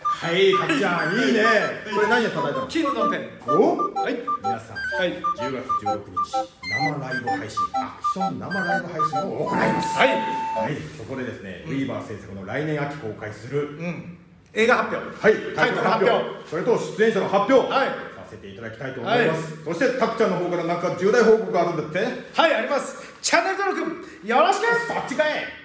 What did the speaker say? はい、かっちゃん、いいね。これ何で叩いたの金の断片おはい皆さん、はい10月16日、生ライブ配信、アクション生ライブ配信を行います。はいはい、そこでですね、ウィーバー制作の来年秋公開する、うん映画発表はい、タイトル発表それと出演者の発表、はいさせていただきたいと思います。そして、たくちゃんの方からなんか重大報告があるんだってはいありますチャンネル登録よろしくそっちかい